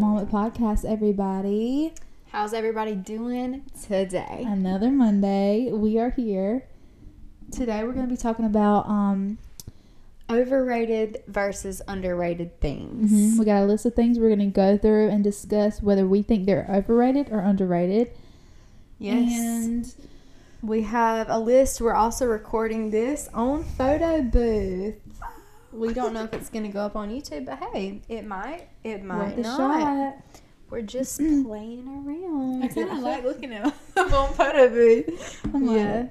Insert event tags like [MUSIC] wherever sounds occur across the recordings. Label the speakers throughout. Speaker 1: podcast, everybody.
Speaker 2: How's everybody doing today?
Speaker 1: Another Monday. We are here. Today we're going to be talking about um
Speaker 2: Overrated versus underrated things.
Speaker 1: mhm, we got a list of things we're going to go through and discuss whether we think they're overrated or underrated.
Speaker 2: Yes.
Speaker 1: And
Speaker 2: we have a list. We're also recording this on Photo Booth. We don't know if it's going to go up on YouTube, but hey, it might. It might
Speaker 1: worth a
Speaker 2: not.
Speaker 1: shot.
Speaker 2: We're
Speaker 1: [CLEARS THROAT]
Speaker 2: just playing around.
Speaker 1: I kinda like
Speaker 2: looking
Speaker 1: [LAUGHS]
Speaker 2: at them on Photo Booth.
Speaker 1: I'm like,
Speaker 2: Yeah.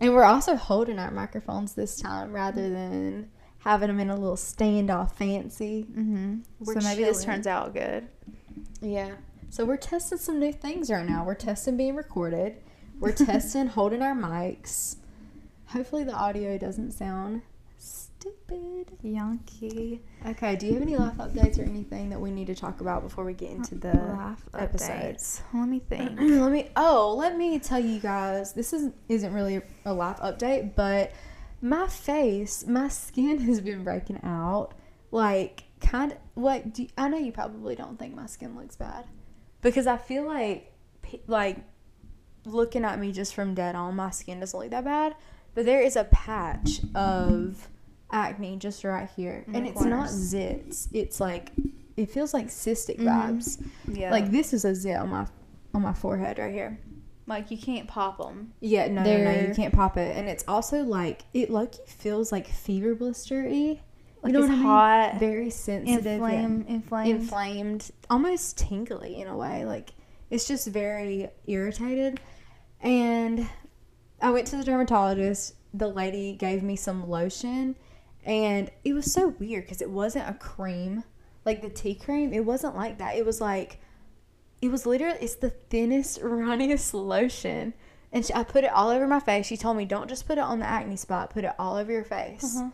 Speaker 2: And we're also holding our microphones this time rather than having them in a little standoff fancy.
Speaker 1: mhm.
Speaker 2: Mm-hmm. We're
Speaker 1: so maybe this
Speaker 2: chilling.
Speaker 1: turns out good.
Speaker 2: Yeah. So we're testing some new things right now. We're testing being recorded. [LAUGHS] We're testing holding our mics. Hopefully the audio doesn't sound stupid.
Speaker 1: Yankee
Speaker 2: Okay, do you have any life updates or anything that we need to talk about before we get into the episodes?
Speaker 1: Let me [CLEARS THROAT] think.
Speaker 2: [CLEARS THROAT] let me oh, let me tell you guys, this is isn't really a life update, but my face, my skin [LAUGHS] has been breaking out. Like kind of what do I know you probably don't think my skin looks bad because I feel like pe- like looking at me just from dead on, my skin doesn't look that bad. But there is a patch of acne just right here,
Speaker 1: In
Speaker 2: and
Speaker 1: the
Speaker 2: it's not
Speaker 1: corners.
Speaker 2: zits. It's like it feels like cystic
Speaker 1: Mhm.
Speaker 2: vibes.
Speaker 1: Yeah.
Speaker 2: Like this is a zit on my on my forehead right here.
Speaker 1: like you can't pop them.
Speaker 2: Yeah, no, no, no, you
Speaker 1: They're-
Speaker 2: can't pop it. And it's also like it like feels like fever blister y.
Speaker 1: Like
Speaker 2: you know
Speaker 1: it's
Speaker 2: what I mean?
Speaker 1: hot,
Speaker 2: very sensitive, yeah.
Speaker 1: Inflame, inflame.
Speaker 2: inflamed, almost tingly in a way. Like it's just very irritated. And I went to the dermatologist. The lady gave me some lotion, and it was so weird because it wasn't a cream, like the tea cream. It wasn't like that. It was like, it was literally it's the thinnest, [LAUGHS] runniest lotion. And she, I put it all over my face. She told me don't just put it on the acne spot. Put it all over your face.
Speaker 1: Uh-huh.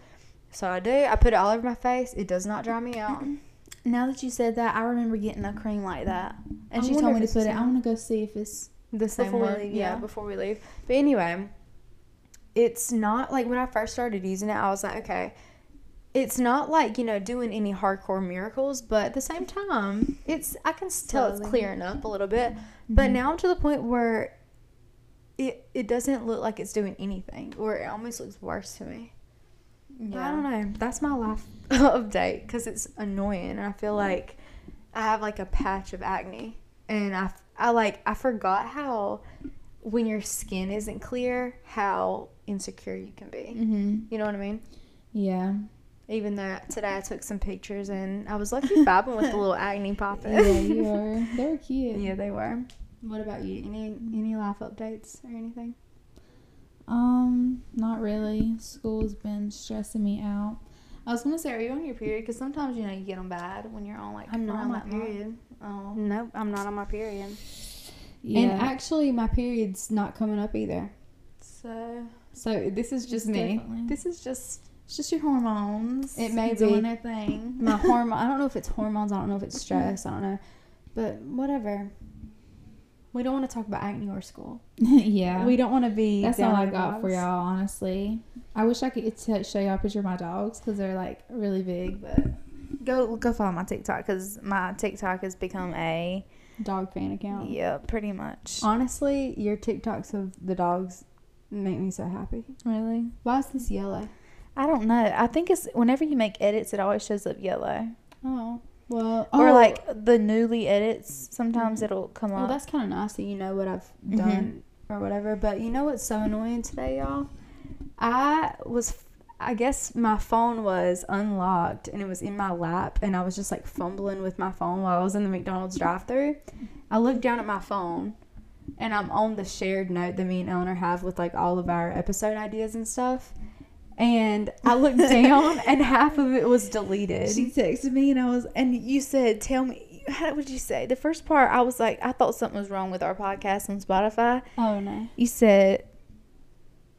Speaker 2: So I do. I put it all over my face. It does not dry me out.
Speaker 1: Now that you said that, I remember getting a cream like that, and
Speaker 2: I
Speaker 1: she
Speaker 2: wonder if
Speaker 1: told me to
Speaker 2: it's
Speaker 1: put
Speaker 2: the
Speaker 1: it. I
Speaker 2: same.
Speaker 1: want to go see if it's
Speaker 2: the same
Speaker 1: Before we
Speaker 2: one.
Speaker 1: leave,
Speaker 2: yeah,
Speaker 1: yeah.
Speaker 2: before we leave. But anyway, it's not like when I first started using it, I was like, okay, it's not like you know doing any hardcore miracles, but at the same time, it's I can s- tell it's
Speaker 1: Slowly.
Speaker 2: clearing up a little bit. But now I'm to the point where it it doesn't look like it's doing anything, or it almost looks worse to me. I don't know. That's my life [LAUGHS] update because it's annoying. And I feel like I have like a patch of acne, and I, f- I like I forgot how when your skin isn't clear, how insecure you can be.
Speaker 1: Mm-hmm.
Speaker 2: You know what I mean?
Speaker 1: Yeah.
Speaker 2: [LAUGHS] Even though today I took some pictures and I was
Speaker 1: [LAUGHS]
Speaker 2: lucky vibing with the little acne popping.
Speaker 1: Yeah, you are. They were cute.
Speaker 2: [LAUGHS] yeah, they were. What about you? Any
Speaker 1: Mm-hmm.
Speaker 2: any life updates or anything?
Speaker 1: Um, not really. School's been stressing me out. I was gonna say, are you on your period? Because sometimes you know you get them bad when you're on like. around that month. Oh.
Speaker 2: No, I'm not on my period.
Speaker 1: Yeah.
Speaker 2: And actually, my period's not coming up either.
Speaker 1: so
Speaker 2: So this is just
Speaker 1: Just
Speaker 2: me.
Speaker 1: definitely.
Speaker 2: This is just
Speaker 1: it's just your hormones.
Speaker 2: It may be.
Speaker 1: doing their thing.
Speaker 2: my hormone. I don't know if it's hormones. I don't know if it's stress. I don't know, but whatever. We don't want to talk about acne or school.
Speaker 1: [LAUGHS] yeah.
Speaker 2: We don't want to be.
Speaker 1: That's all
Speaker 2: down
Speaker 1: I
Speaker 2: on
Speaker 1: got for
Speaker 2: dogs.
Speaker 1: y'all, honestly. I wish I could t- show y'all a picture of my dogs because they're like really big, but go go follow my TikTok because my TikTok has become a
Speaker 2: Dog fan account.
Speaker 1: yeah, pretty much.
Speaker 2: Honestly, your TikToks of the dogs make me so happy.
Speaker 1: Really,
Speaker 2: Why is this yellow?
Speaker 1: I don't know. I think it's whenever you make edits, it always shows up yellow
Speaker 2: Oh well,
Speaker 1: or
Speaker 2: oh,
Speaker 1: like the newly edits. Sometimes it'll come
Speaker 2: Well,
Speaker 1: up.
Speaker 2: that's kind of nice that you know what I've
Speaker 3: Mm-hmm.
Speaker 1: Mhm.
Speaker 2: done or whatever. But you know what's so annoying today, y'all? I was, I guess my phone was unlocked and it was in my lap, and I was just like fumbling with my phone while I was in the McDonald's drive-through. I looked down at my phone, and I'm on the shared note that me and Eleanor have with like all of our episode ideas and stuff. And
Speaker 3: [LAUGHS]
Speaker 2: I looked down, and half of it was deleted.
Speaker 3: She texted me and I was, and you said, "Tell me, how would you say?" The first part, I was like, I thought something was wrong with our podcast on Spotify.
Speaker 1: oh no.
Speaker 3: You said,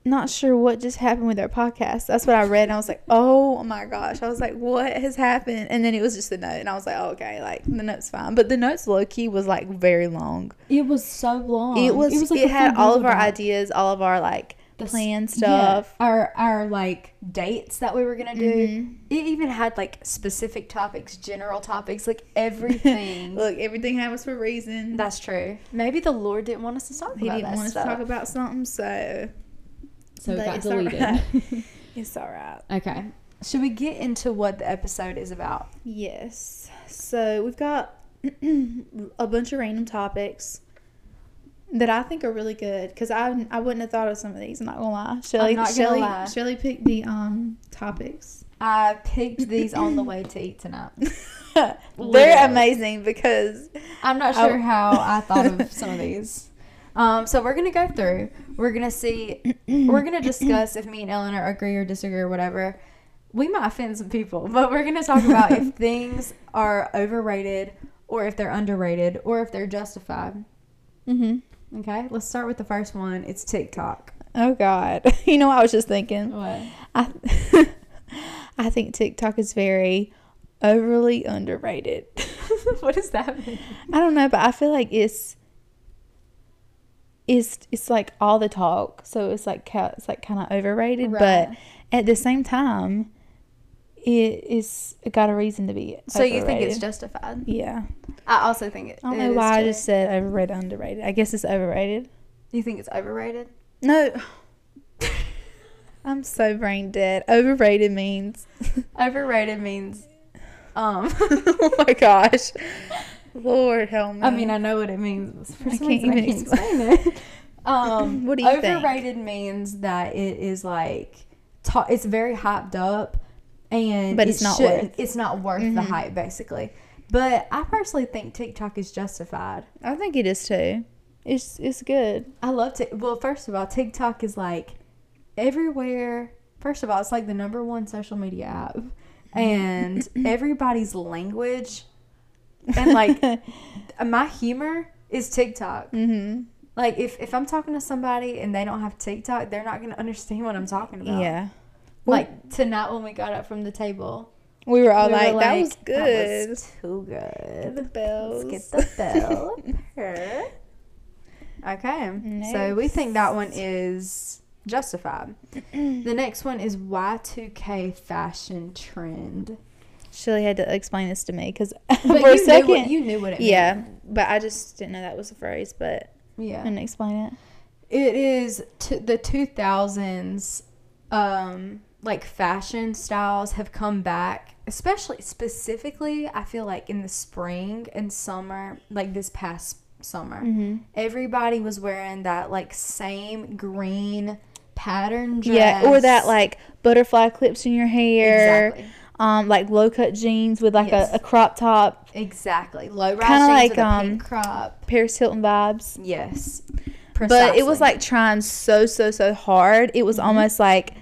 Speaker 3: "Not sure what just happened with our podcast." That's what I read, and I was
Speaker 2: [LAUGHS]
Speaker 3: like, "Oh my gosh!" I was like, "What has happened?" And then it was just the note, and I was like, oh, "Okay, like the note's fine." But the notes low key was like very long.
Speaker 1: It was so long.
Speaker 3: It was. It,
Speaker 1: like a
Speaker 3: had
Speaker 1: full
Speaker 3: all of our
Speaker 1: Google Doc.
Speaker 3: ideas, all of our like
Speaker 2: the
Speaker 1: plan
Speaker 2: s- yeah,
Speaker 1: stuff. Mm-hmm.
Speaker 2: our our like dates that we were gonna do. It even had like specific topics, general topics, like everything.
Speaker 1: [LAUGHS] Look, everything happens for a reason.
Speaker 2: That's true. Maybe the Lord didn't want us to talk
Speaker 1: he
Speaker 2: about
Speaker 1: didn't
Speaker 2: that
Speaker 1: want us
Speaker 2: stuff.
Speaker 1: to talk about something, so
Speaker 2: so it
Speaker 1: but
Speaker 2: got
Speaker 1: it's all
Speaker 2: deleted.
Speaker 1: [LAUGHS] right. it's all right.
Speaker 2: okay. Should we get into what the episode is about?
Speaker 1: Yes. So we've got [CLEARS THROAT] a bunch of random topics that I think are really good because I I wouldn't have thought of some of these. I'm not gonna lie. Shelly
Speaker 2: not gonna
Speaker 1: Shelly
Speaker 2: lie.
Speaker 1: Shelly picked the um topics.
Speaker 2: I picked these on
Speaker 1: [COUGHS]
Speaker 2: the way to eat tonight. Literally.
Speaker 1: [LAUGHS] They're amazing because
Speaker 2: I'm not
Speaker 1: I-
Speaker 2: sure how I thought
Speaker 1: [LAUGHS]
Speaker 2: of some of these. Um, so we're gonna go through. We're gonna see. We're gonna discuss if me and Eleanor agree or disagree or whatever. We might offend some people, [LAUGHS] but we're gonna talk about
Speaker 1: [LAUGHS]
Speaker 2: if things are overrated or if they're underrated or if they're justified.
Speaker 1: mm-hmm.
Speaker 2: Okay, let's start with the first one. It's TikTok. [LAUGHS]
Speaker 1: oh god, [LAUGHS] you know what I was just thinking.
Speaker 2: What?
Speaker 1: I I think TikTok is very overly underrated. [LAUGHS]
Speaker 2: what does that mean?
Speaker 1: I don't know, but I feel like it's it's it's like all the talk, so it's like ca- it's like kind of overrated, but
Speaker 2: Right.
Speaker 1: at the same time, it is it got a reason to be.
Speaker 2: So you think it's
Speaker 1: overrated.
Speaker 2: justified?
Speaker 1: yeah?
Speaker 2: I also think it.
Speaker 1: I don't
Speaker 2: it
Speaker 1: know
Speaker 2: is
Speaker 1: why I
Speaker 2: too.
Speaker 1: just said overrated, underrated. I guess it's overrated.
Speaker 2: You think it's overrated?
Speaker 1: No, [LAUGHS] I'm so brain dead. Overrated means [LAUGHS]
Speaker 2: Overrated means, um.
Speaker 1: oh my gosh, Lord help me.
Speaker 2: I mean, I know what it means. but For
Speaker 1: I
Speaker 2: some
Speaker 1: can't
Speaker 2: reason,
Speaker 1: even
Speaker 2: I can't explain, [LAUGHS] it. [LAUGHS] Um,
Speaker 1: What do you think?
Speaker 2: overrated means that it is like ta- it's very hyped up, and
Speaker 1: But
Speaker 2: it
Speaker 1: it's not
Speaker 2: shouldn't-
Speaker 1: worth- Mm-hmm.
Speaker 2: it's not worth the hype basically. But I personally think TikTok is justified.
Speaker 1: I think it is too. It's it's good. [LAUGHS]
Speaker 2: I love to. Well, first of all, TikTok is like everywhere. First of all, it's like the number one social media app, and
Speaker 1: [LAUGHS]
Speaker 2: everybody's language, and
Speaker 1: [LAUGHS]
Speaker 2: like my humor is TikTok.
Speaker 1: Mm-hmm.
Speaker 2: Like if, if I'm talking to somebody and they don't have TikTok, they're not gonna understand what I'm talking about.
Speaker 1: Yeah.
Speaker 2: Like tonight when we got up from the table,
Speaker 1: We were all
Speaker 2: we were
Speaker 1: like, that was
Speaker 2: "That
Speaker 1: good.
Speaker 2: was too good.
Speaker 1: the bells.
Speaker 2: Let's get the
Speaker 1: [LAUGHS]
Speaker 2: bell. Purr. okay. So we think that one is justified. [CLEARS THROAT] the next one is Y2K fashion trend.
Speaker 1: Shirley had to explain this to me [LAUGHS] because
Speaker 2: But
Speaker 1: [LAUGHS] for a
Speaker 2: you knew what,
Speaker 1: second,
Speaker 2: you knew what it
Speaker 1: yeah, but I just didn't know that was a phrase. But
Speaker 2: meant. Yeah.
Speaker 1: I'm gonna explain it.
Speaker 2: It is t- the 2000s um like fashion styles have come back, especially specifically I feel like in the spring and summer, like this past summer.
Speaker 1: Mm-hmm.
Speaker 2: Everybody was wearing that like same green pattern dress.
Speaker 1: Yeah, or that like butterfly clips in your hair,
Speaker 2: Exactly.
Speaker 1: um, like low cut jeans with like
Speaker 2: Yes.
Speaker 1: a, a crop top,
Speaker 2: Exactly. Low rise
Speaker 1: Kinda
Speaker 2: jeans
Speaker 1: like,
Speaker 2: with a
Speaker 1: um,
Speaker 2: pink crop.
Speaker 1: Paris Hilton vibes.
Speaker 2: Yes.
Speaker 1: But it was
Speaker 2: Precisely.
Speaker 1: like trying so so so hard. It was almost like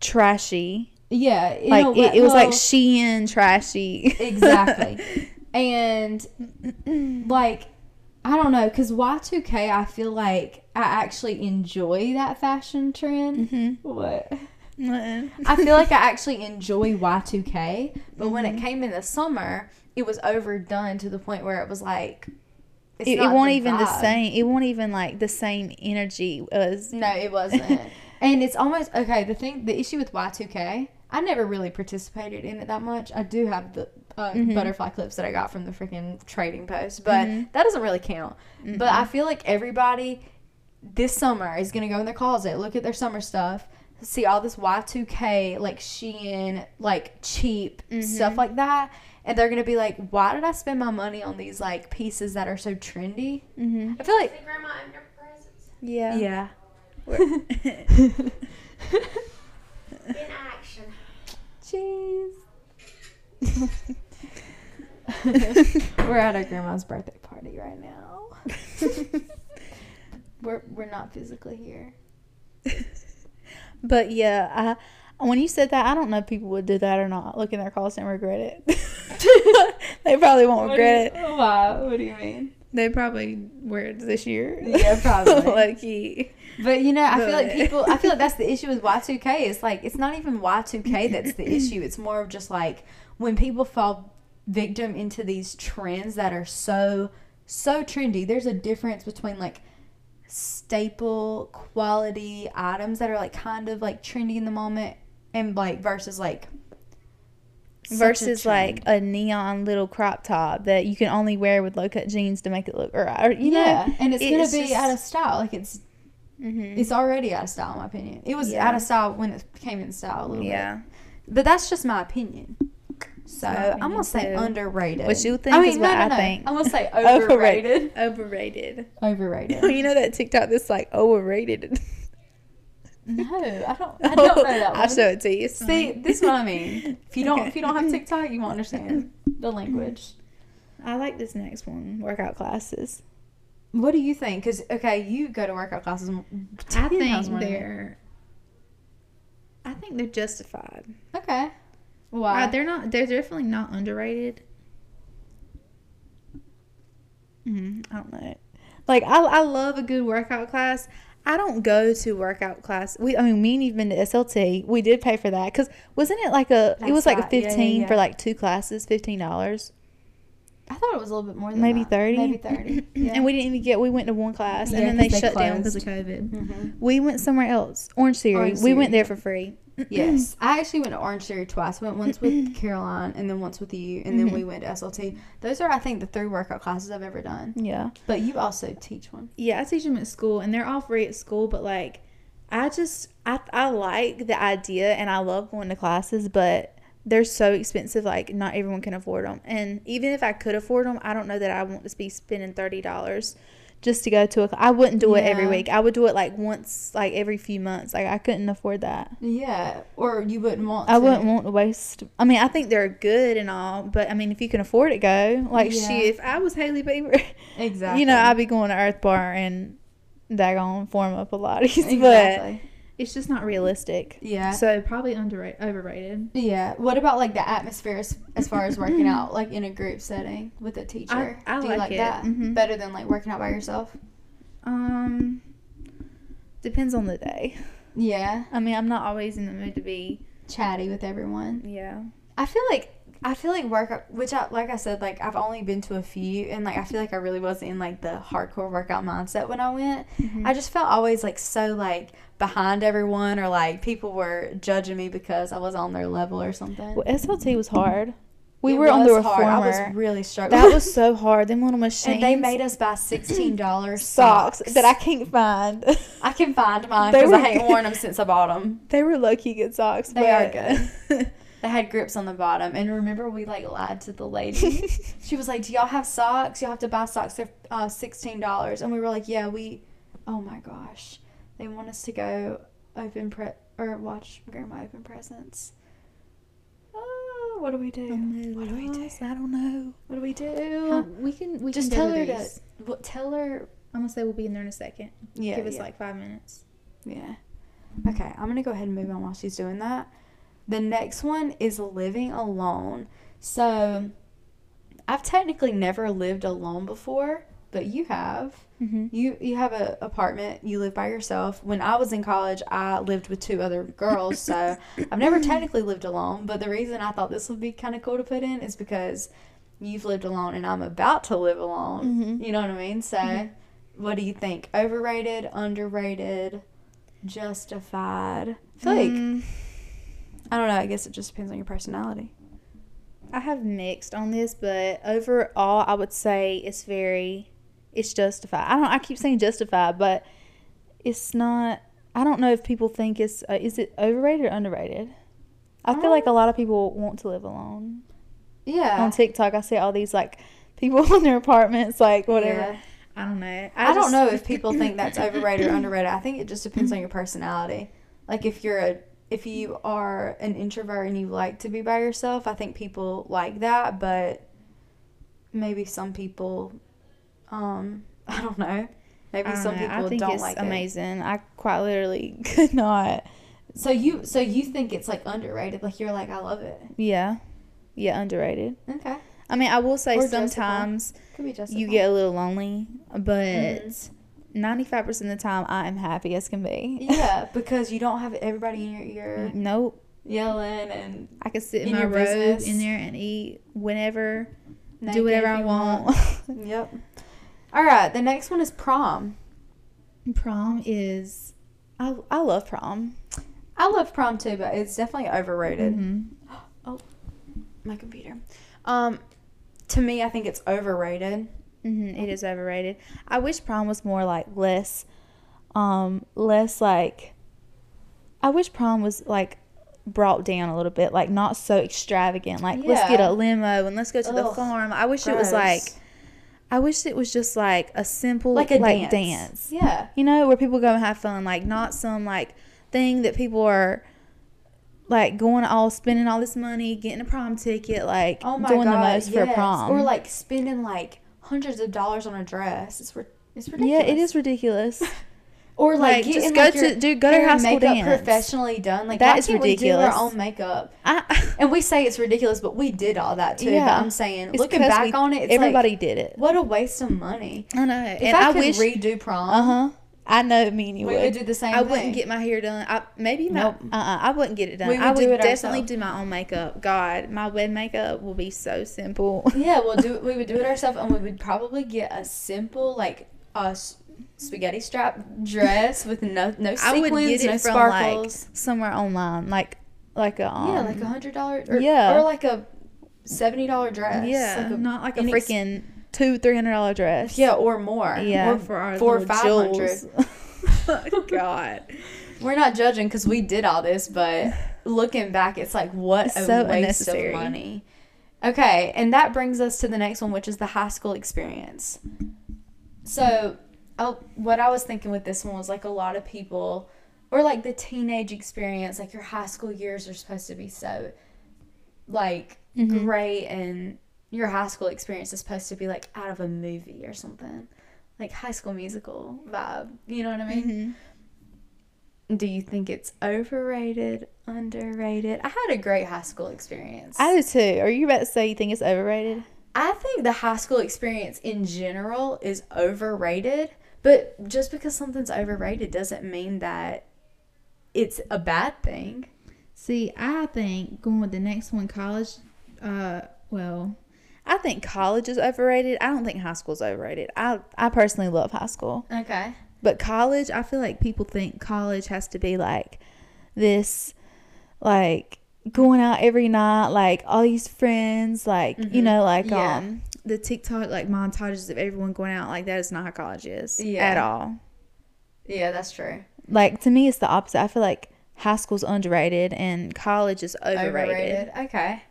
Speaker 1: trashy.
Speaker 2: yeah, in
Speaker 1: Like
Speaker 2: a
Speaker 1: it,
Speaker 2: way-
Speaker 1: it was like
Speaker 2: well,
Speaker 1: Shein trashy. [LAUGHS]
Speaker 2: exactly and like i don't know because y2k i feel like i actually enjoy that fashion trend
Speaker 1: Mm-hmm. [LAUGHS]
Speaker 2: what
Speaker 1: Mm-mm.
Speaker 2: i feel like i actually enjoy y2k but when
Speaker 1: Mm-hmm.
Speaker 2: it came in the summer it was overdone to the point where it was like it's
Speaker 1: it, it
Speaker 2: not
Speaker 1: won't even the
Speaker 2: vibe.
Speaker 1: same it won't even like the same energy as
Speaker 2: No, it wasn't. [LAUGHS] and it's almost okay. The thing, the issue with Y two K, I never really participated in it that much. I do have the uh, butterfly clips that I got from the freaking trading post, but that doesn't really count. But I feel like everybody this summer is gonna go in their closet, look at their summer stuff. See all this Y two K like Shein like cheap stuff like that, and they're gonna be like, "Why did I spend my money on these like pieces that are so trendy?" Mm-hmm. I feel like
Speaker 4: Grandma, I'm your presents.
Speaker 1: yeah
Speaker 2: yeah, [LAUGHS]
Speaker 4: In action.
Speaker 2: Cheese. we're at our grandma's birthday party right now. we're we're not physically here.
Speaker 1: but yeah i when you said that i don't know if people would do that or not look in their calls and regret it [LAUGHS] they probably won't regret it
Speaker 2: Why? What do you mean?
Speaker 1: they probably wear it this year
Speaker 2: Yeah, probably.
Speaker 1: [LAUGHS] lucky
Speaker 2: But you know, I feel like
Speaker 1: But-
Speaker 2: people. I feel like that's
Speaker 1: [LAUGHS]
Speaker 2: the issue with Y two K. It's like it's not even Y two K that's the issue. It's more of just like when people fall victim into these trends that are so so trendy. There's a difference between like staple quality items that are like kind of like trendy in the moment and like versus like such a
Speaker 1: versus like
Speaker 2: trend.
Speaker 1: a neon little crop top that you can only wear with low cut jeans to make it look right. Or, you
Speaker 2: yeah,
Speaker 1: know,
Speaker 2: and it's,
Speaker 1: it's
Speaker 2: gonna be
Speaker 1: just-
Speaker 2: out of style. Like it's
Speaker 1: mm-hmm.
Speaker 2: it's already out of style in my opinion. It was
Speaker 1: Yeah.
Speaker 2: out of style when it came in style a little
Speaker 1: yeah.
Speaker 2: bit. But that's just my opinion. So
Speaker 1: my
Speaker 2: I'm
Speaker 1: opinion,
Speaker 2: gonna say
Speaker 1: too.
Speaker 2: underrated.
Speaker 1: What you think is what I think.
Speaker 2: I'm gonna
Speaker 1: [LAUGHS]
Speaker 2: say
Speaker 1: Overrated.
Speaker 2: overrated.
Speaker 1: Overrated.
Speaker 2: Overrated.
Speaker 1: [LAUGHS] you know that TikTok that's like overrated.
Speaker 2: no, I don't. I don't know
Speaker 1: [LAUGHS]
Speaker 2: that one.
Speaker 1: I'll show it to you. It's
Speaker 2: See,
Speaker 1: fine.
Speaker 2: this is what I
Speaker 1: [LAUGHS]
Speaker 2: mean. If you don't,
Speaker 1: Okay.
Speaker 2: if you don't have TikTok, you won't understand the language.
Speaker 1: I like this next one. Workout classes.
Speaker 2: What do you think? Because okay, you go to workout classes. m- 10 times more than me.
Speaker 1: I think they're justified.
Speaker 2: okay.
Speaker 1: Uh,
Speaker 2: Why?
Speaker 1: they're not. They're definitely not underrated. Mm, I don't know. Like I, I love a good workout class. I don't go to workout class. We, I mean, me and you've been to SLT. We did pay for that because wasn't it like a? it was
Speaker 2: That's
Speaker 1: like a
Speaker 2: right. Yeah, yeah,
Speaker 1: fifteen for
Speaker 2: yeah.
Speaker 1: like two classes, fifteen dollars,
Speaker 2: I thought it was a little bit more than
Speaker 1: maybe
Speaker 2: that.
Speaker 1: thirty.
Speaker 2: Maybe thirty.
Speaker 1: [LAUGHS] And we didn't even get. We went to one class,
Speaker 2: Yeah,
Speaker 1: and then
Speaker 2: 'cause
Speaker 1: they,
Speaker 2: they
Speaker 1: shut down because of COVID.
Speaker 2: Mm-hmm.
Speaker 1: We went somewhere else. Orange Theory.
Speaker 2: Orange
Speaker 1: we went
Speaker 2: Theory.
Speaker 1: there for free. [CLEARS THROAT]
Speaker 2: Yes, I actually went to Orange Theory twice. I went once with Caroline, and then once with you, and
Speaker 1: Mm-hmm.
Speaker 2: then we went to SLT. Those are, I think, the three workout classes I've ever done.
Speaker 1: Yeah.
Speaker 2: But you also teach one.
Speaker 1: yeah i teach them at school and they're all free at school but like i just i, I like the idea and i love going to classes but they're so expensive like not everyone can afford them and even if i could afford them i don't know that i want to be spending $30 just to go to a cl- i wouldn't do it every
Speaker 2: Yeah.
Speaker 1: week i would do it like once like every few months like i couldn't afford that
Speaker 2: Yeah, or you wouldn't want.
Speaker 1: I
Speaker 2: to.
Speaker 1: wouldn't want to waste. I mean, I think they're good and all, but I mean, if you can afford it, go. Like,
Speaker 2: Yeah.
Speaker 1: she, if I was Haley Bieber, [LAUGHS]
Speaker 2: exactly.
Speaker 1: you know, I'd be going to Earth Bar and that gonna form up a lot of these, but
Speaker 2: exactly.
Speaker 1: it's just not realistic.
Speaker 2: Yeah.
Speaker 1: So probably underrated, overrated.
Speaker 2: Yeah. What about like the atmosphere as, as far as working out, like in a group setting with a teacher?
Speaker 1: I
Speaker 2: Do you
Speaker 1: like
Speaker 2: like
Speaker 1: it.
Speaker 2: that
Speaker 1: Mhm.
Speaker 2: better than like working out by yourself?
Speaker 1: Um, depends on the day.
Speaker 2: Yeah,
Speaker 1: I mean, I'm not always in the mood to be.
Speaker 2: chatty with everyone.
Speaker 1: Yeah.
Speaker 2: I feel like I feel like workout, which I like I said, like I've only been to a few, and like I feel like I really wasn't in like the hardcore workout mindset when I went.
Speaker 1: Mm-hmm.
Speaker 2: I just felt always like so like behind everyone, or like people were judging me because I was on their level or something.
Speaker 1: Well, SLT was hard. We
Speaker 2: It
Speaker 1: were on the
Speaker 2: was hard.
Speaker 1: reformer.
Speaker 2: I was really struggling.
Speaker 1: that was so hard. Them little
Speaker 2: [LAUGHS]
Speaker 1: machines.
Speaker 2: and they made us buy sixteen dollars
Speaker 1: socks, that I can't find. [LAUGHS]
Speaker 2: I can find mine
Speaker 1: They
Speaker 2: because I
Speaker 1: were
Speaker 2: ain't
Speaker 1: good.
Speaker 2: worn them since I bought them.
Speaker 1: they were low key good socks.
Speaker 2: They are
Speaker 1: good.
Speaker 2: They had grips on the bottom, and remember we like lied to the lady. she was like, "Do y'all have socks? Y'all have to buy socks. They're uh, sixteen dollars." And we were like, "Yeah, we." Oh my gosh, they want us to go open pre or watch Grandma open presents. Oh, what do we do?
Speaker 1: Mm-hmm.
Speaker 2: what do we do?
Speaker 1: I don't know.
Speaker 2: What do we do?
Speaker 1: we can. We
Speaker 2: Just
Speaker 1: can go
Speaker 2: tell her
Speaker 1: to.
Speaker 2: to.
Speaker 1: these.
Speaker 2: Well, tell her.
Speaker 1: I'm gonna say we'll be in there in a second.
Speaker 2: Yeah.
Speaker 1: Give us
Speaker 2: yeah.
Speaker 1: like five minutes.
Speaker 2: Yeah. Okay, I'm gonna go ahead and move on while she's doing that. The next one is living alone. So, I've technically never lived alone before, but you have.
Speaker 1: Mm-hmm.
Speaker 2: You you have an apartment. You live by yourself. When I was in college, I lived with two other girls, so I've never technically lived alone. But the reason I thought this would be kind of cool to put in is because you've lived alone, and I'm about to live alone.
Speaker 1: Mhm.
Speaker 2: You know what I mean? So, what do you think? Overrated, underrated, justified? I feel like
Speaker 1: Mm.
Speaker 2: I don't know. I guess it just depends on your personality.
Speaker 1: I have mixed on this, but overall, I would say it's very, it's justified. I don't. I keep saying justified, but it's not. I don't know if people think it's. Uh, is it overrated or underrated? I feel like a lot of people want to live
Speaker 2: Um,
Speaker 1: alone.
Speaker 2: Yeah.
Speaker 1: On TikTok, I see all these like people [LAUGHS] in their apartments, like whatever.
Speaker 2: Yeah.
Speaker 1: I don't know. I,
Speaker 2: I, don't
Speaker 1: just- Mm-hmm.
Speaker 2: know if people think
Speaker 1: [LAUGHS]
Speaker 2: that's overrated or underrated. I think it just depends on your personality. Like if you're a if you are an introvert and you like to be by yourself, I think people like that, but maybe some people um [LAUGHS] I don't know. Maybe
Speaker 1: I don't
Speaker 2: some
Speaker 1: know.
Speaker 2: people
Speaker 1: I think
Speaker 2: don't
Speaker 1: it's
Speaker 2: like it.
Speaker 1: amazing. I quite literally [LAUGHS] could not.
Speaker 2: So you so you think it's like underrated, like you're like, I love it.
Speaker 1: Yeah, yeah, underrated.
Speaker 2: Okay.
Speaker 1: I mean, I will say
Speaker 2: Or justified.
Speaker 1: sometimes
Speaker 2: Could be just
Speaker 1: you get a little lonely, but ninety-five percent of the time I am happy as can be.
Speaker 2: Yeah, because you don't have everybody in your
Speaker 1: Mm-hmm.
Speaker 2: ear
Speaker 1: nope,
Speaker 2: yelling and
Speaker 1: I can sit in,
Speaker 2: In
Speaker 1: my
Speaker 2: your
Speaker 1: robe
Speaker 2: business.
Speaker 1: in there and eat whenever,
Speaker 2: naked
Speaker 1: do whatever
Speaker 2: if
Speaker 1: I
Speaker 2: you
Speaker 1: want. [LAUGHS]
Speaker 2: Yep. All right, the next one is prom.
Speaker 1: Prom is. I, I love prom.
Speaker 2: I love prom too, but it's definitely overrated. Oh,
Speaker 1: Mhm.
Speaker 2: My computer. Um, to me, I think it's overrated.
Speaker 1: Mhm, It is overrated. I wish prom was more like less, um, less like. I wish prom was like brought down a little bit, like not so extravagant. Like let's get
Speaker 2: Yeah.
Speaker 1: a limo and let's go to the
Speaker 2: Ugh,
Speaker 1: farm. I wish it was like.
Speaker 2: Gross.
Speaker 1: I wish it was just like a simple
Speaker 2: like a dance.
Speaker 1: like dance.
Speaker 2: Yeah.
Speaker 1: you know, where people go and have fun, like not some like thing that people are like going all spending all this money, getting a prom ticket, like
Speaker 2: Oh my
Speaker 1: doing
Speaker 2: god.
Speaker 1: the most for
Speaker 2: yes.
Speaker 1: prom.
Speaker 2: or like spending like hundreds of dollars on a dress. It's ri- it's ridiculous.
Speaker 1: yeah, it is ridiculous.
Speaker 2: Or like,
Speaker 1: Like,
Speaker 2: get
Speaker 1: just
Speaker 2: in,
Speaker 1: go
Speaker 2: like,
Speaker 1: to-
Speaker 2: your
Speaker 1: do- go to
Speaker 2: hair
Speaker 1: high
Speaker 2: and
Speaker 1: school
Speaker 2: makeup
Speaker 1: dance.
Speaker 2: professionally done. Like
Speaker 1: That
Speaker 2: why
Speaker 1: is
Speaker 2: can't We do
Speaker 1: ridiculous.
Speaker 2: our own makeup.
Speaker 1: I,
Speaker 2: And we say it's ridiculous, but we did all that too.
Speaker 1: Yeah.
Speaker 2: But I'm saying,
Speaker 1: [LAUGHS] it's
Speaker 2: looking
Speaker 1: 'cause
Speaker 2: back
Speaker 1: we-
Speaker 2: on it, it's
Speaker 1: everybody
Speaker 2: like,
Speaker 1: did it.
Speaker 2: what a waste of money.
Speaker 1: I know,
Speaker 2: If
Speaker 1: and
Speaker 2: I, Uh-huh.
Speaker 1: I,
Speaker 2: could
Speaker 1: wish.
Speaker 2: redo prom,
Speaker 1: uh huh. I know, me and
Speaker 2: we
Speaker 1: you
Speaker 2: would do the same
Speaker 1: I
Speaker 2: thing.
Speaker 1: wouldn't get my hair done. I maybe my
Speaker 2: Nope.
Speaker 1: uh-uh, I wouldn't get it done.
Speaker 2: We would
Speaker 1: I
Speaker 2: do
Speaker 1: would
Speaker 2: it
Speaker 1: definitely
Speaker 2: ourselves.
Speaker 1: do my own makeup. God, my wed makeup will be so [LAUGHS] simple.
Speaker 2: Yeah, we'll do. We would do it ourselves, and we would probably get a simple like a s- spaghetti strap dress with no no sequins,
Speaker 1: I would get it
Speaker 2: no
Speaker 1: from
Speaker 2: sparkles.
Speaker 1: like somewhere online, like like a um,
Speaker 2: yeah, like a hundred dollar.
Speaker 1: yeah.
Speaker 2: or like a seventy dollar dress.
Speaker 1: yeah,
Speaker 2: like a-
Speaker 1: not like a
Speaker 2: inex-
Speaker 1: freaking two three hundred dollar dress.
Speaker 2: yeah, or more.
Speaker 1: yeah,
Speaker 2: or
Speaker 1: for our
Speaker 2: four or
Speaker 1: little
Speaker 2: five hundred. [LAUGHS]
Speaker 1: jewels. [LAUGHS] God,
Speaker 2: We're not judging because we did all this, but looking back, it's like what
Speaker 1: It's
Speaker 2: a
Speaker 1: so
Speaker 2: waste of
Speaker 1: unnecessary.
Speaker 2: money. Okay, and that brings us to the next one, which is the high school experience. So, I, what I was thinking with this one was like a lot of people, or like the teenage experience, like your high school years are supposed to be so, like great, and your high school experience is supposed to be like out of a movie or something, like High School Musical vibe. You know what I mean? Do you think it's overrated, underrated? I had a great high school experience.
Speaker 1: I do too. Are you about to say you think it's overrated?
Speaker 2: I think the high school experience in general is overrated, but just because something's overrated doesn't mean that it's a bad thing.
Speaker 1: See, I think going with the next one, college. Uh, well, I think college is overrated. I don't think high school's overrated. I I personally love high school.
Speaker 2: Okay.
Speaker 1: But college, I feel like people think college has to be like this, like going out every night, like all these friends, like you know, like
Speaker 2: Mm-hmm. Yeah.
Speaker 1: um the TikTok like montages of everyone going out. Like that is not how college is
Speaker 2: Yeah.
Speaker 1: at all.
Speaker 2: Yeah, that's true.
Speaker 1: Like to me, it's the opposite. I feel like high school's underrated and college is overrated.
Speaker 2: Okay.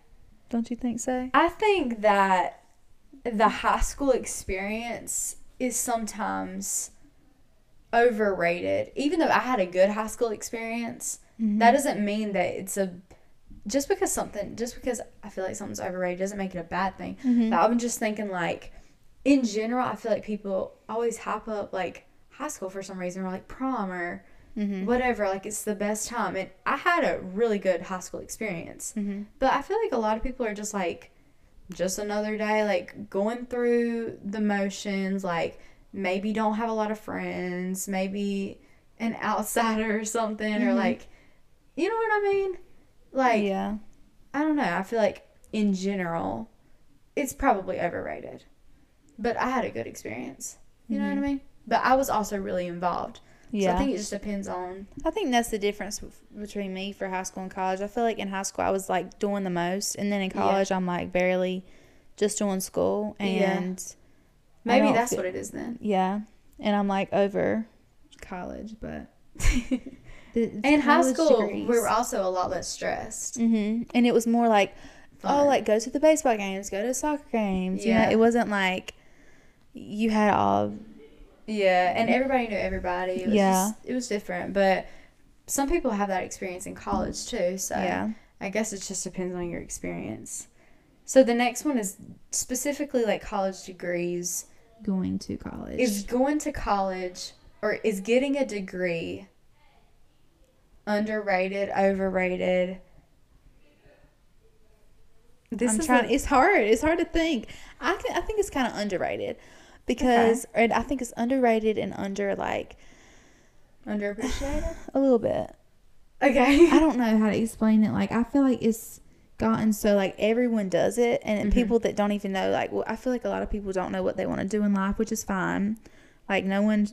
Speaker 1: Don't you think so?
Speaker 2: I think that the high school experience is sometimes overrated. Even though I had a good high school experience, that doesn't mean that it's a just because something just because I feel like something's overrated doesn't make it a bad thing. But I'm just thinking like in general, I feel like people always hype up like high school for some reason or like prom or whatever. Like it's the best time, and I had a really good high school experience. But I feel like a lot of people are just like, just another day, like going through the motions. Like maybe don't have a lot of friends, maybe an [LAUGHS] outsider or something, or like, you know what I mean? Like
Speaker 1: Mm-hmm. yeah.
Speaker 2: I don't know. I feel like in general, it's probably overrated. But I had a good experience. You know what I mean? But I was also really involved. Yeah.
Speaker 1: Mm-hmm. Yeah.
Speaker 2: So I think it just depends on.
Speaker 1: I think that's the difference bef- between me for high school and college. I feel like in high school I was like doing the most, and then in college I'm like barely just doing school,
Speaker 2: Yeah.
Speaker 1: and I
Speaker 2: Maybe
Speaker 1: don't
Speaker 2: that's
Speaker 1: fe-
Speaker 2: what it is then.
Speaker 1: yeah, and I'm like over college, [LAUGHS] but
Speaker 2: In high school, we were also a lot less stressed.
Speaker 1: hmm and it was more like oh,
Speaker 2: Fun.
Speaker 1: like go to the baseball games, go to soccer games. Yeah,
Speaker 2: Yeah.
Speaker 1: it wasn't like you had all
Speaker 2: Yeah, and everybody knew everybody. It was
Speaker 1: Yeah.
Speaker 2: just, it was different, but some people have that experience in college too. So
Speaker 1: Yeah.
Speaker 2: I guess it just depends on your experience. So the next one is specifically like college degrees.
Speaker 1: going to college.
Speaker 2: is going to college or is getting a degree underrated, overrated? This
Speaker 1: I'm
Speaker 2: is
Speaker 1: trying.
Speaker 2: a-
Speaker 1: it's hard. It's hard to think. I can, I think it's kind of underrated because, and I think it's underrated and under like
Speaker 2: [LAUGHS] underappreciated.
Speaker 1: a little bit.
Speaker 2: Okay.
Speaker 1: I don't know how to explain it. Like I feel like it's gotten so like everyone does it, and people that don't even know. Like well, I feel like a lot of people don't know what they want to do in life, which is fine. Like no one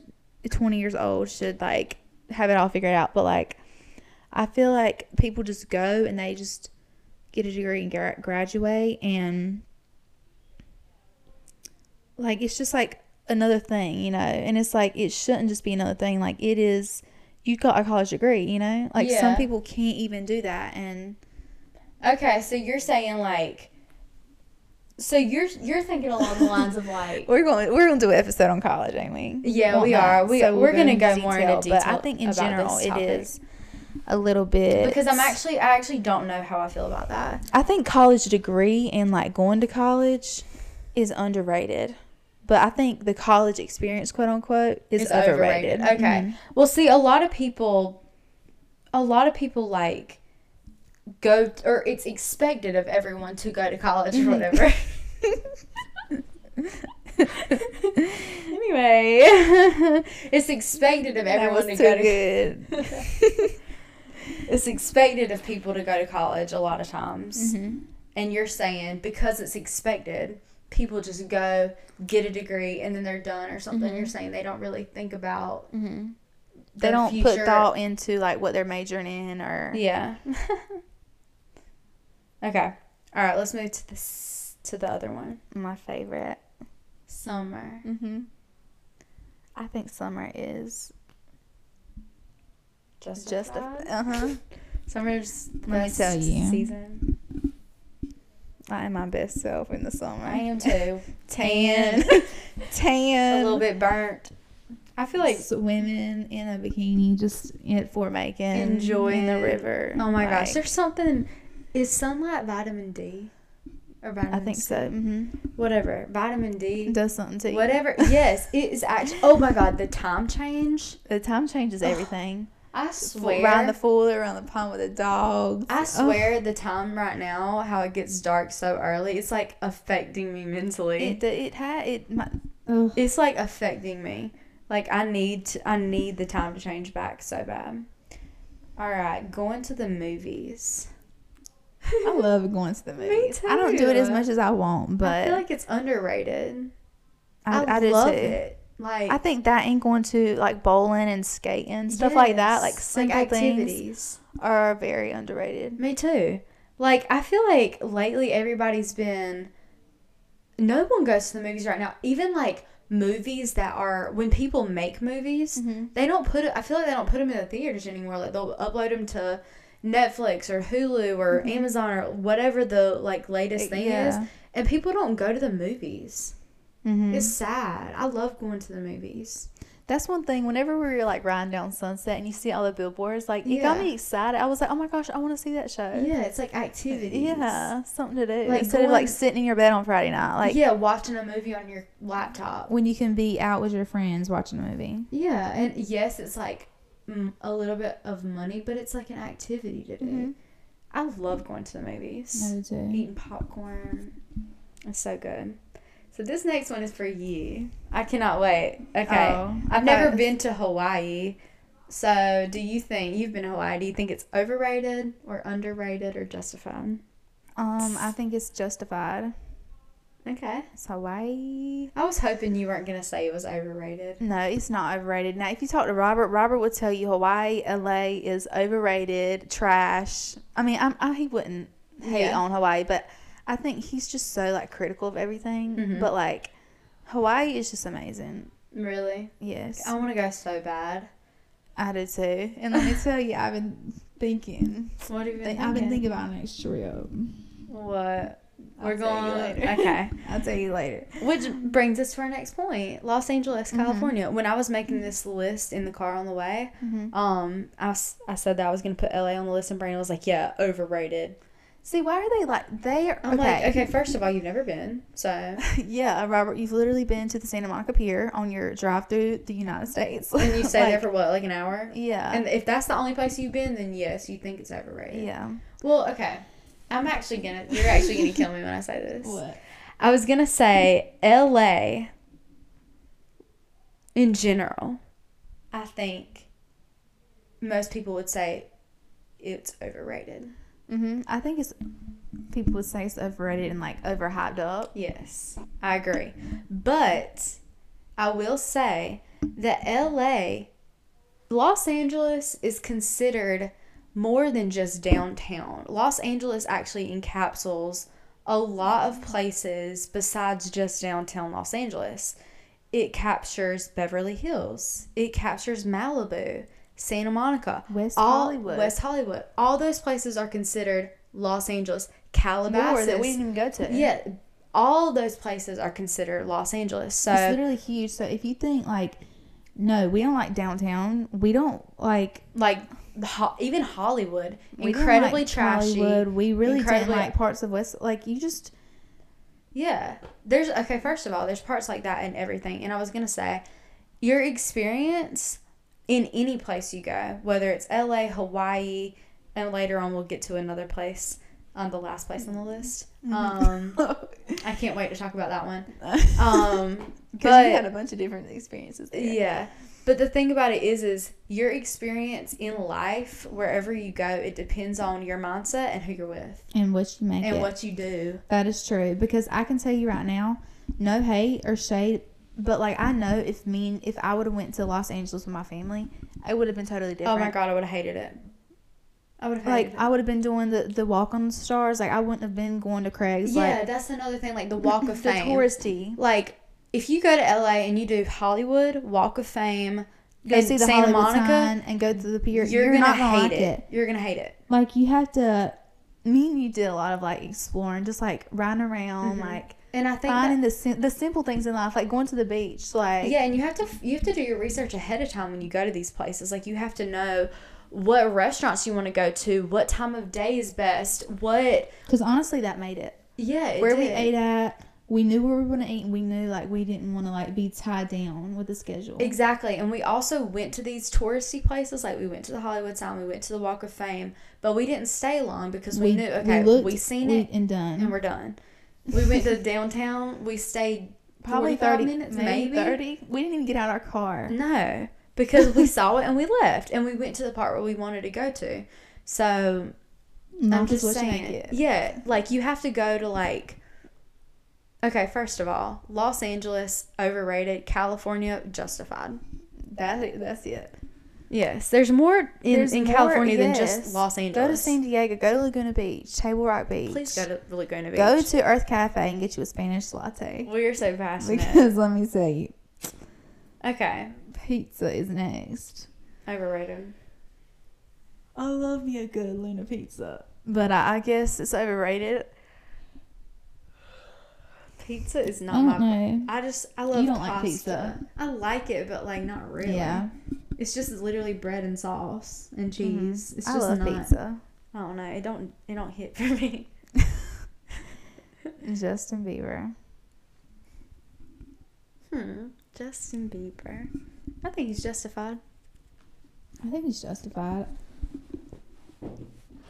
Speaker 1: 20 years old should like have it all figured out, but like I feel like people just go and they just get a degree and gra- graduate and like it's just like another thing, you know. And it's like it shouldn't just be another thing. Like it is you got a college degree, you know? Like
Speaker 2: Yeah.
Speaker 1: some people can't even do that and
Speaker 2: Okay, so you're saying like, so you're you're thinking along the lines of
Speaker 1: [LAUGHS]
Speaker 2: like,
Speaker 1: We're going. We're going to do an episode on college, ain't we?
Speaker 2: Yeah,
Speaker 1: Won't
Speaker 2: we
Speaker 1: that?
Speaker 2: are. We-
Speaker 1: we'll
Speaker 2: we're gonna
Speaker 1: into
Speaker 2: go more into
Speaker 1: But I
Speaker 2: detail
Speaker 1: think in
Speaker 2: about
Speaker 1: general,
Speaker 2: this
Speaker 1: it
Speaker 2: topic.
Speaker 1: is a little bit
Speaker 2: because I'm actually I actually don't know how I feel about that.
Speaker 1: I think college degree and like going to college is underrated, but I think the college experience, quote unquote, is overrated. Mm-hmm.
Speaker 2: Okay. Well, see, a lot of people, a lot of people like go or it's expected of everyone to go to college
Speaker 1: Mm-hmm.
Speaker 2: or
Speaker 1: [LAUGHS]
Speaker 2: whatever. [LAUGHS] anyway, it's expected of
Speaker 1: That
Speaker 2: everyone to
Speaker 1: was too
Speaker 2: go to
Speaker 1: good.
Speaker 2: [LAUGHS] it's expected of people to go to college a lot of times.
Speaker 1: Mm-hmm.
Speaker 2: And you're saying because it's expected, people just go get a degree and then they're done or something. You're saying they don't really think about
Speaker 1: Mm-hmm. They
Speaker 2: their
Speaker 1: don't put
Speaker 2: future.
Speaker 1: thought into like what they're majoring in or
Speaker 2: Yeah. [LAUGHS] okay. All right, let's move to this to the other one.
Speaker 1: my favorite.
Speaker 2: Summer.
Speaker 1: Mm-hmm. I think summer is
Speaker 2: Just
Speaker 1: just a
Speaker 2: justified.
Speaker 1: uh huh.
Speaker 2: Summer's the
Speaker 1: Let me
Speaker 2: best
Speaker 1: tell you.
Speaker 2: season.
Speaker 1: I am my best self in the summer.
Speaker 2: I
Speaker 1: [LAUGHS]
Speaker 2: am too.
Speaker 1: tan,
Speaker 2: [LAUGHS] a
Speaker 1: [LAUGHS] tan.
Speaker 2: little bit burnt. I feel like
Speaker 1: women in a bikini just at Fort Macon
Speaker 2: Enjoying
Speaker 1: the
Speaker 2: it.
Speaker 1: river.
Speaker 2: Oh my gosh,
Speaker 1: Like,
Speaker 2: there's something. Is sunlight vitamin D? Or vitamin
Speaker 1: I think
Speaker 2: C?
Speaker 1: so. hmm
Speaker 2: Whatever. Vitamin
Speaker 1: It
Speaker 2: D.
Speaker 1: does something to you.
Speaker 2: Whatever. Yes, it is actually. Oh my god, the time change.
Speaker 1: The time changes everything.
Speaker 2: I swear. oh.
Speaker 1: Around the pool, around the pond with the dogs.
Speaker 2: I swear the time right now, how it gets dark so early, it's like affecting me mentally.
Speaker 1: It it had it. My,
Speaker 2: it's like affecting me. Like I need to, I need the time to change back so bad. All right, going to the movies.
Speaker 1: I love going to the movies. I don't
Speaker 2: too.
Speaker 1: do it as much as I want,
Speaker 2: I
Speaker 1: but
Speaker 2: feel
Speaker 1: I,
Speaker 2: like it's underrated.
Speaker 1: I, do
Speaker 2: love
Speaker 1: too.
Speaker 2: it. Like
Speaker 1: I think that and going to like bowling and skating stuff like that,
Speaker 2: yes,
Speaker 1: like simple things, are very underrated.
Speaker 2: Me too. Like I feel like lately everybody's been no one goes to the movies right now. Even like movies that are when people make movies,
Speaker 1: Mm-hmm.
Speaker 2: they don't put it I feel like they don't put them in the theaters anymore. Like they'll upload them to Netflix or Hulu or Amazon or whatever the like latest thing
Speaker 1: Mm-hmm. Yeah.
Speaker 2: is. And people don't go to the movies.
Speaker 1: Mm-hmm.
Speaker 2: It's sad. I love going to the movies.
Speaker 1: That's one thing. Whenever we were like riding down Sunset and you see all the billboards, like it got
Speaker 2: Yeah.
Speaker 1: me excited. I was like, oh my gosh, I want to see that show.
Speaker 2: Yeah, it's like activities.
Speaker 1: Yeah, something to do
Speaker 2: Like,
Speaker 1: instead of
Speaker 2: going-
Speaker 1: like sitting in your bed on Friday night. Like
Speaker 2: yeah, watching a movie on your laptop.
Speaker 1: when you can be out with your friends watching a movie.
Speaker 2: Yeah, and yes, it's like mm, a little bit of money, but it's like an activity to do. I love going to the movies, eating popcorn. It's so good. So this next one is for you. I cannot wait. Okay,
Speaker 1: Oh, I
Speaker 2: I've never
Speaker 1: thought-
Speaker 2: been to Hawaii. So, do you think you've been to Hawaii? Do you think it's overrated or underrated or justified?
Speaker 1: Um, I think it's justified.
Speaker 2: Okay.
Speaker 1: It's Hawaii.
Speaker 2: I was hoping you weren't going to say it was overrated.
Speaker 1: No, it's not overrated. Now, if you talk to Robert, Robert would tell you Hawaii, LA is overrated, trash. I mean, I'm, I, he wouldn't hate
Speaker 2: Yeah.
Speaker 1: on Hawaii, but I think he's just so like critical of everything.
Speaker 2: Mhm.
Speaker 1: But like, Hawaii is just amazing.
Speaker 2: Really?
Speaker 1: Yes,
Speaker 2: I want to go so bad.
Speaker 1: I do too.
Speaker 2: [LAUGHS]
Speaker 1: And let me tell you, I've been thinking.
Speaker 2: What have you been
Speaker 1: think- I've been
Speaker 2: thinking?
Speaker 1: thinking about an next trip.
Speaker 2: What? We're
Speaker 1: tell you
Speaker 2: going [LAUGHS]
Speaker 1: later.
Speaker 2: Okay.
Speaker 1: I'll tell you later.
Speaker 2: Which brings us to our next point. Los Angeles, California. When I was making this list in the car on the way,
Speaker 1: Mm-hmm.
Speaker 2: um, I, s- I said that I was going to put LA on the list and Brandon was like, "Yeah, overrated."
Speaker 1: See, why are they like they? Are,
Speaker 2: I'm
Speaker 1: okay,
Speaker 2: like, "Okay, first of all, you've never been." [LAUGHS] So,
Speaker 1: yeah, Robert, you've literally been to the Santa Monica Pier on your drive through the United States,
Speaker 2: and
Speaker 1: [LAUGHS]
Speaker 2: you stayed there
Speaker 1: Like,
Speaker 2: for what, like an hour?
Speaker 1: yeah,
Speaker 2: And if that's the only place you've been, then yes, you think it's overrated.
Speaker 1: yeah.
Speaker 2: Well, okay. I'm actually gonna. You're actually gonna kill me when I say this. What? I was gonna say L.A. In general, I think most people would say it's overrated.
Speaker 1: hmm I think it's people would say it's overrated and like overhyped up.
Speaker 2: Yes, I agree. But I will say that LA, Los Angeles is considered more than just downtown. Los Angeles actually encapsulates a lot of places besides just downtown Los Angeles. It captures Beverly Hills, it captures Malibu, Santa Monica,
Speaker 1: West
Speaker 2: all-
Speaker 1: Hollywood.
Speaker 2: West Hollywood. All those places are considered Los Angeles, Calabasas.
Speaker 1: More that we didn't even go to.
Speaker 2: Yeah, all those places are considered Los Angeles. So
Speaker 1: It's literally huge. So if you think like, no, we don't like downtown. We don't like
Speaker 2: like ho- even Hollywood,
Speaker 1: we don't
Speaker 2: incredibly
Speaker 1: like
Speaker 2: trashy.
Speaker 1: Hollywood. We really didn't
Speaker 2: incredibly-
Speaker 1: like parts of West. Like you just
Speaker 2: Yeah, there's okay. First of all, there's parts like that and everything. And I was gonna say, your experience in any place you go, whether it's L.A., Hawaii, and later on we'll get to another place, um, the last place on the list.
Speaker 1: Mm-hmm.
Speaker 2: Um,
Speaker 1: [LAUGHS]
Speaker 2: I can't wait to talk about that one. Um,
Speaker 3: Because
Speaker 2: but
Speaker 3: we had a bunch of different experiences. There.
Speaker 2: Yeah. But the thing about it is is your experience in life wherever you go, it depends on your mindset and who you're with
Speaker 1: and what you make
Speaker 2: and
Speaker 1: it.
Speaker 2: what you do.
Speaker 1: that is true because I can tell you right now, no hate or shade, but like I know if me and- if I would have went to Los Angeles with my family, it would have been totally different.
Speaker 2: Oh my god, I would have hated it. I would have hated
Speaker 1: Like
Speaker 2: it.
Speaker 1: I would have been doing the the walk on the stars. Like I wouldn't have been going to Craig's.
Speaker 2: yeah,
Speaker 1: like,
Speaker 2: that's another thing [LAUGHS] like the walk of
Speaker 1: the
Speaker 2: fame.
Speaker 1: touristy.
Speaker 2: like if you go to LA and you do Hollywood, Walk of Fame,
Speaker 1: Go
Speaker 2: and
Speaker 1: see the
Speaker 2: Santa
Speaker 1: Hollywood
Speaker 2: Monica,
Speaker 1: sign and go to the pier.
Speaker 2: you're,
Speaker 1: You're,
Speaker 2: gonna
Speaker 1: not gonna
Speaker 2: hate
Speaker 1: like
Speaker 2: it. You're gonna hate it.
Speaker 1: like you have to me and you did a lot of like exploring just like riding around like
Speaker 2: And I Mm-hmm. think that-
Speaker 1: finding the sim- the simple things in life like going to the beach like
Speaker 2: yeah and you have to you have to do your research ahead of time when you go to these places like you have to know what restaurants you want to go to what time of day is best what
Speaker 1: because honestly that made it
Speaker 2: yeah it
Speaker 1: where we
Speaker 2: did.
Speaker 1: ate at we knew where we were gonna eat and we knew like we didn't want to like be tied down with the schedule
Speaker 2: exactly and we also went to these touristy places like we went to the hollywood sign we went to the walk of fame but we didn't stay long because we, knew okay we
Speaker 1: looked,
Speaker 2: seen
Speaker 1: we-
Speaker 2: it
Speaker 1: and done
Speaker 2: and we're done we went to downtown we stayed
Speaker 1: [LAUGHS] probably
Speaker 2: 45
Speaker 1: 30
Speaker 2: minutes
Speaker 1: maybe,
Speaker 2: maybe
Speaker 1: 30 we didn't even get out of our car
Speaker 2: No, because we saw it and we left, and we went to the part where we wanted to go to. So
Speaker 1: Not
Speaker 2: I'm
Speaker 1: just
Speaker 2: just
Speaker 1: what you
Speaker 2: saying,
Speaker 1: make it.
Speaker 2: yeah, like you have to go to like. Okay, first of all, Los Angeles overrated, California justified.
Speaker 3: That, that's it.
Speaker 2: Yes, there's more in,
Speaker 1: There's
Speaker 2: in
Speaker 1: more-
Speaker 2: California than
Speaker 1: yes.
Speaker 2: just Los
Speaker 1: go to
Speaker 2: Angeles.
Speaker 1: san diego go to laguna beach table rock beach
Speaker 2: Please go to Laguna Beach.
Speaker 1: go to earth cafe and get you a spanish latte
Speaker 2: We're so passionate.
Speaker 1: because let me tell you
Speaker 2: [LAUGHS] okay,
Speaker 1: pizza is next.
Speaker 2: overrated.
Speaker 3: I love me a good Luna pizza. But I, I guess it's overrated.
Speaker 2: Pizza is not
Speaker 1: I
Speaker 2: Oh my.
Speaker 1: don't know.
Speaker 2: I just I love
Speaker 1: don't
Speaker 2: pasta.
Speaker 1: like pizza.
Speaker 2: I like it, but like not really.
Speaker 1: Yeah,
Speaker 2: It's just literally bread and sauce and cheese. It's just
Speaker 1: Mm-hmm. I love
Speaker 2: not.
Speaker 1: pizza.
Speaker 2: I don't know. It don't. It don't hit for [LAUGHS] me.
Speaker 1: Justin Bieber.
Speaker 2: Hmm. Justin Bieber. I think he's justified.
Speaker 1: I think he's justified.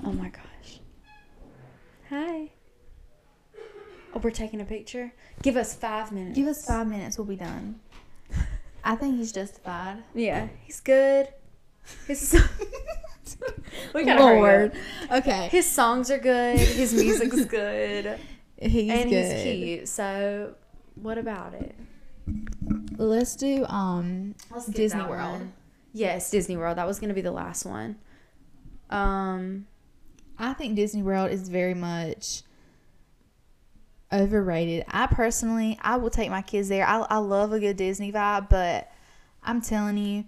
Speaker 2: Oh my gosh. Hi. Oh, we're taking a picture. Give us five minutes.
Speaker 1: Give us five minutes, we'll be done. I think he's justified.
Speaker 2: Yeah, he's good. His [LAUGHS] we gotta hurry up.
Speaker 1: Okay.
Speaker 2: His songs are good. His
Speaker 1: [LAUGHS]
Speaker 2: music's good.
Speaker 1: He's
Speaker 2: and
Speaker 1: good.
Speaker 2: he's cute. So, what about it?
Speaker 1: Let's do um
Speaker 2: Let's get
Speaker 1: Disney
Speaker 2: that
Speaker 1: World.
Speaker 2: one. Yes, Disney World. That was gonna be the last one. Um,
Speaker 1: I think Disney World is very much overrated. I personally, I will take my kids there. I, I love a good Disney vibe, but I'm telling you,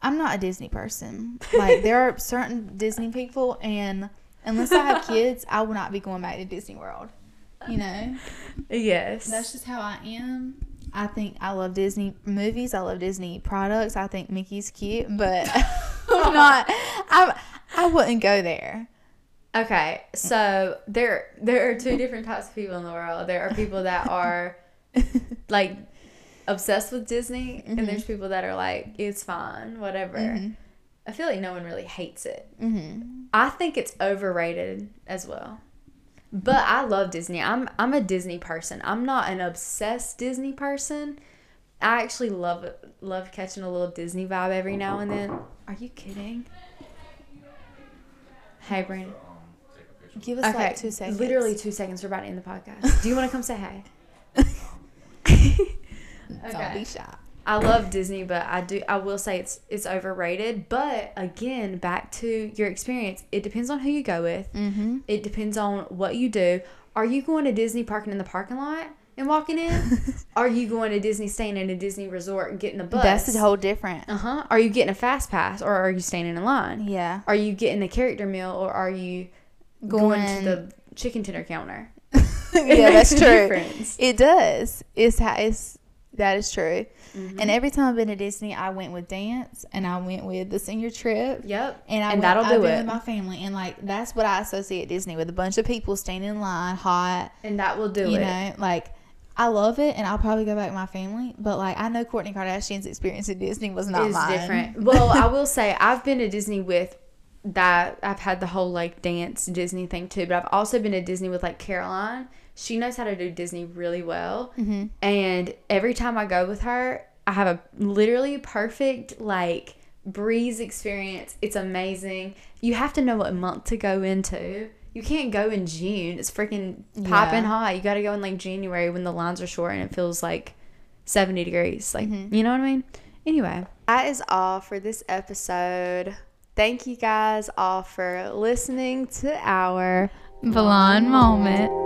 Speaker 1: I'm not a Disney person. Like, there are [LAUGHS] certain Disney people, and unless I have kids, I will not be going back to Disney World. You know,
Speaker 2: yes.
Speaker 1: that's just how I am. I think I love Disney movies. I love Disney products. I think Mickey's cute, but [LAUGHS] I'm not. I I wouldn't go there.
Speaker 2: okay. So there, there are two different types of people in the world. There are people that [LAUGHS] are like obsessed with Disney, and there's people that are like, it's fine, whatever. I feel like no one really hates it.
Speaker 1: Mm-hmm.
Speaker 2: I think it's overrated as well. But I love Disney. I'm I'm a Disney person. I'm not an obsessed Disney person. I actually love love catching a little Disney vibe every now and then. Are you kidding? Hey, Brandon.
Speaker 1: Give us like two seconds.
Speaker 2: Literally two seconds. We're about to end the podcast. Do you want to come say hi?
Speaker 1: Don't
Speaker 2: Okay.
Speaker 1: be shy.
Speaker 2: [LAUGHS] I love Disney, but I do I will say it's it's overrated. But again, back to your experience. It depends on who you go with. Mm-hmm. It depends on what you do. Are you going to Disney parking in the parking lot and walking [LAUGHS] in? Are you going to Disney staying in a Disney resort and getting a bus?
Speaker 1: That's a whole different.
Speaker 2: Uh huh. Are you getting a fast pass or are you standing in line?
Speaker 1: Yeah.
Speaker 2: [LAUGHS]
Speaker 1: [LAUGHS]
Speaker 2: Are you getting a character meal or are you going, to the chicken tender counter?
Speaker 1: yeah,
Speaker 2: makes [LAUGHS]
Speaker 1: that's
Speaker 2: a
Speaker 1: true.
Speaker 2: difference.
Speaker 1: It does. It's how it's that is true.
Speaker 2: Mm-hmm.
Speaker 1: And every time I've been to Disney, I went with dance and I went with the senior trip.
Speaker 2: Yep.
Speaker 1: And, I
Speaker 2: And
Speaker 1: went,
Speaker 2: that'll
Speaker 1: I've
Speaker 2: do
Speaker 1: been
Speaker 2: it.
Speaker 1: with my family, and like that's what I associate Disney with a bunch of people standing in line, hot,
Speaker 2: And that will do
Speaker 1: you
Speaker 2: it.
Speaker 1: know, like I love it, and I'll probably go back with my family. But like I know Courtney Kardashian's experience at Disney was not
Speaker 2: is
Speaker 1: mine. [LAUGHS]
Speaker 2: different. Well, I will say I've been to Disney with that. I've had the whole like dance Disney thing too, but I've also been to Disney with like Caroline. She knows how to do Disney really well,
Speaker 1: Mm-hmm.
Speaker 2: and every time I go with her, I have a literally perfect like breeze experience. It's amazing. You have to know what month to go into. You can't go in June. It's freaking popping hot. You got to go in like January when the lines are short and it feels like 70 degrees. Like, you know what I mean? Anyway, Mm-hmm. that is all for this episode. Thank you guys all for listening to our
Speaker 1: Blonde moment.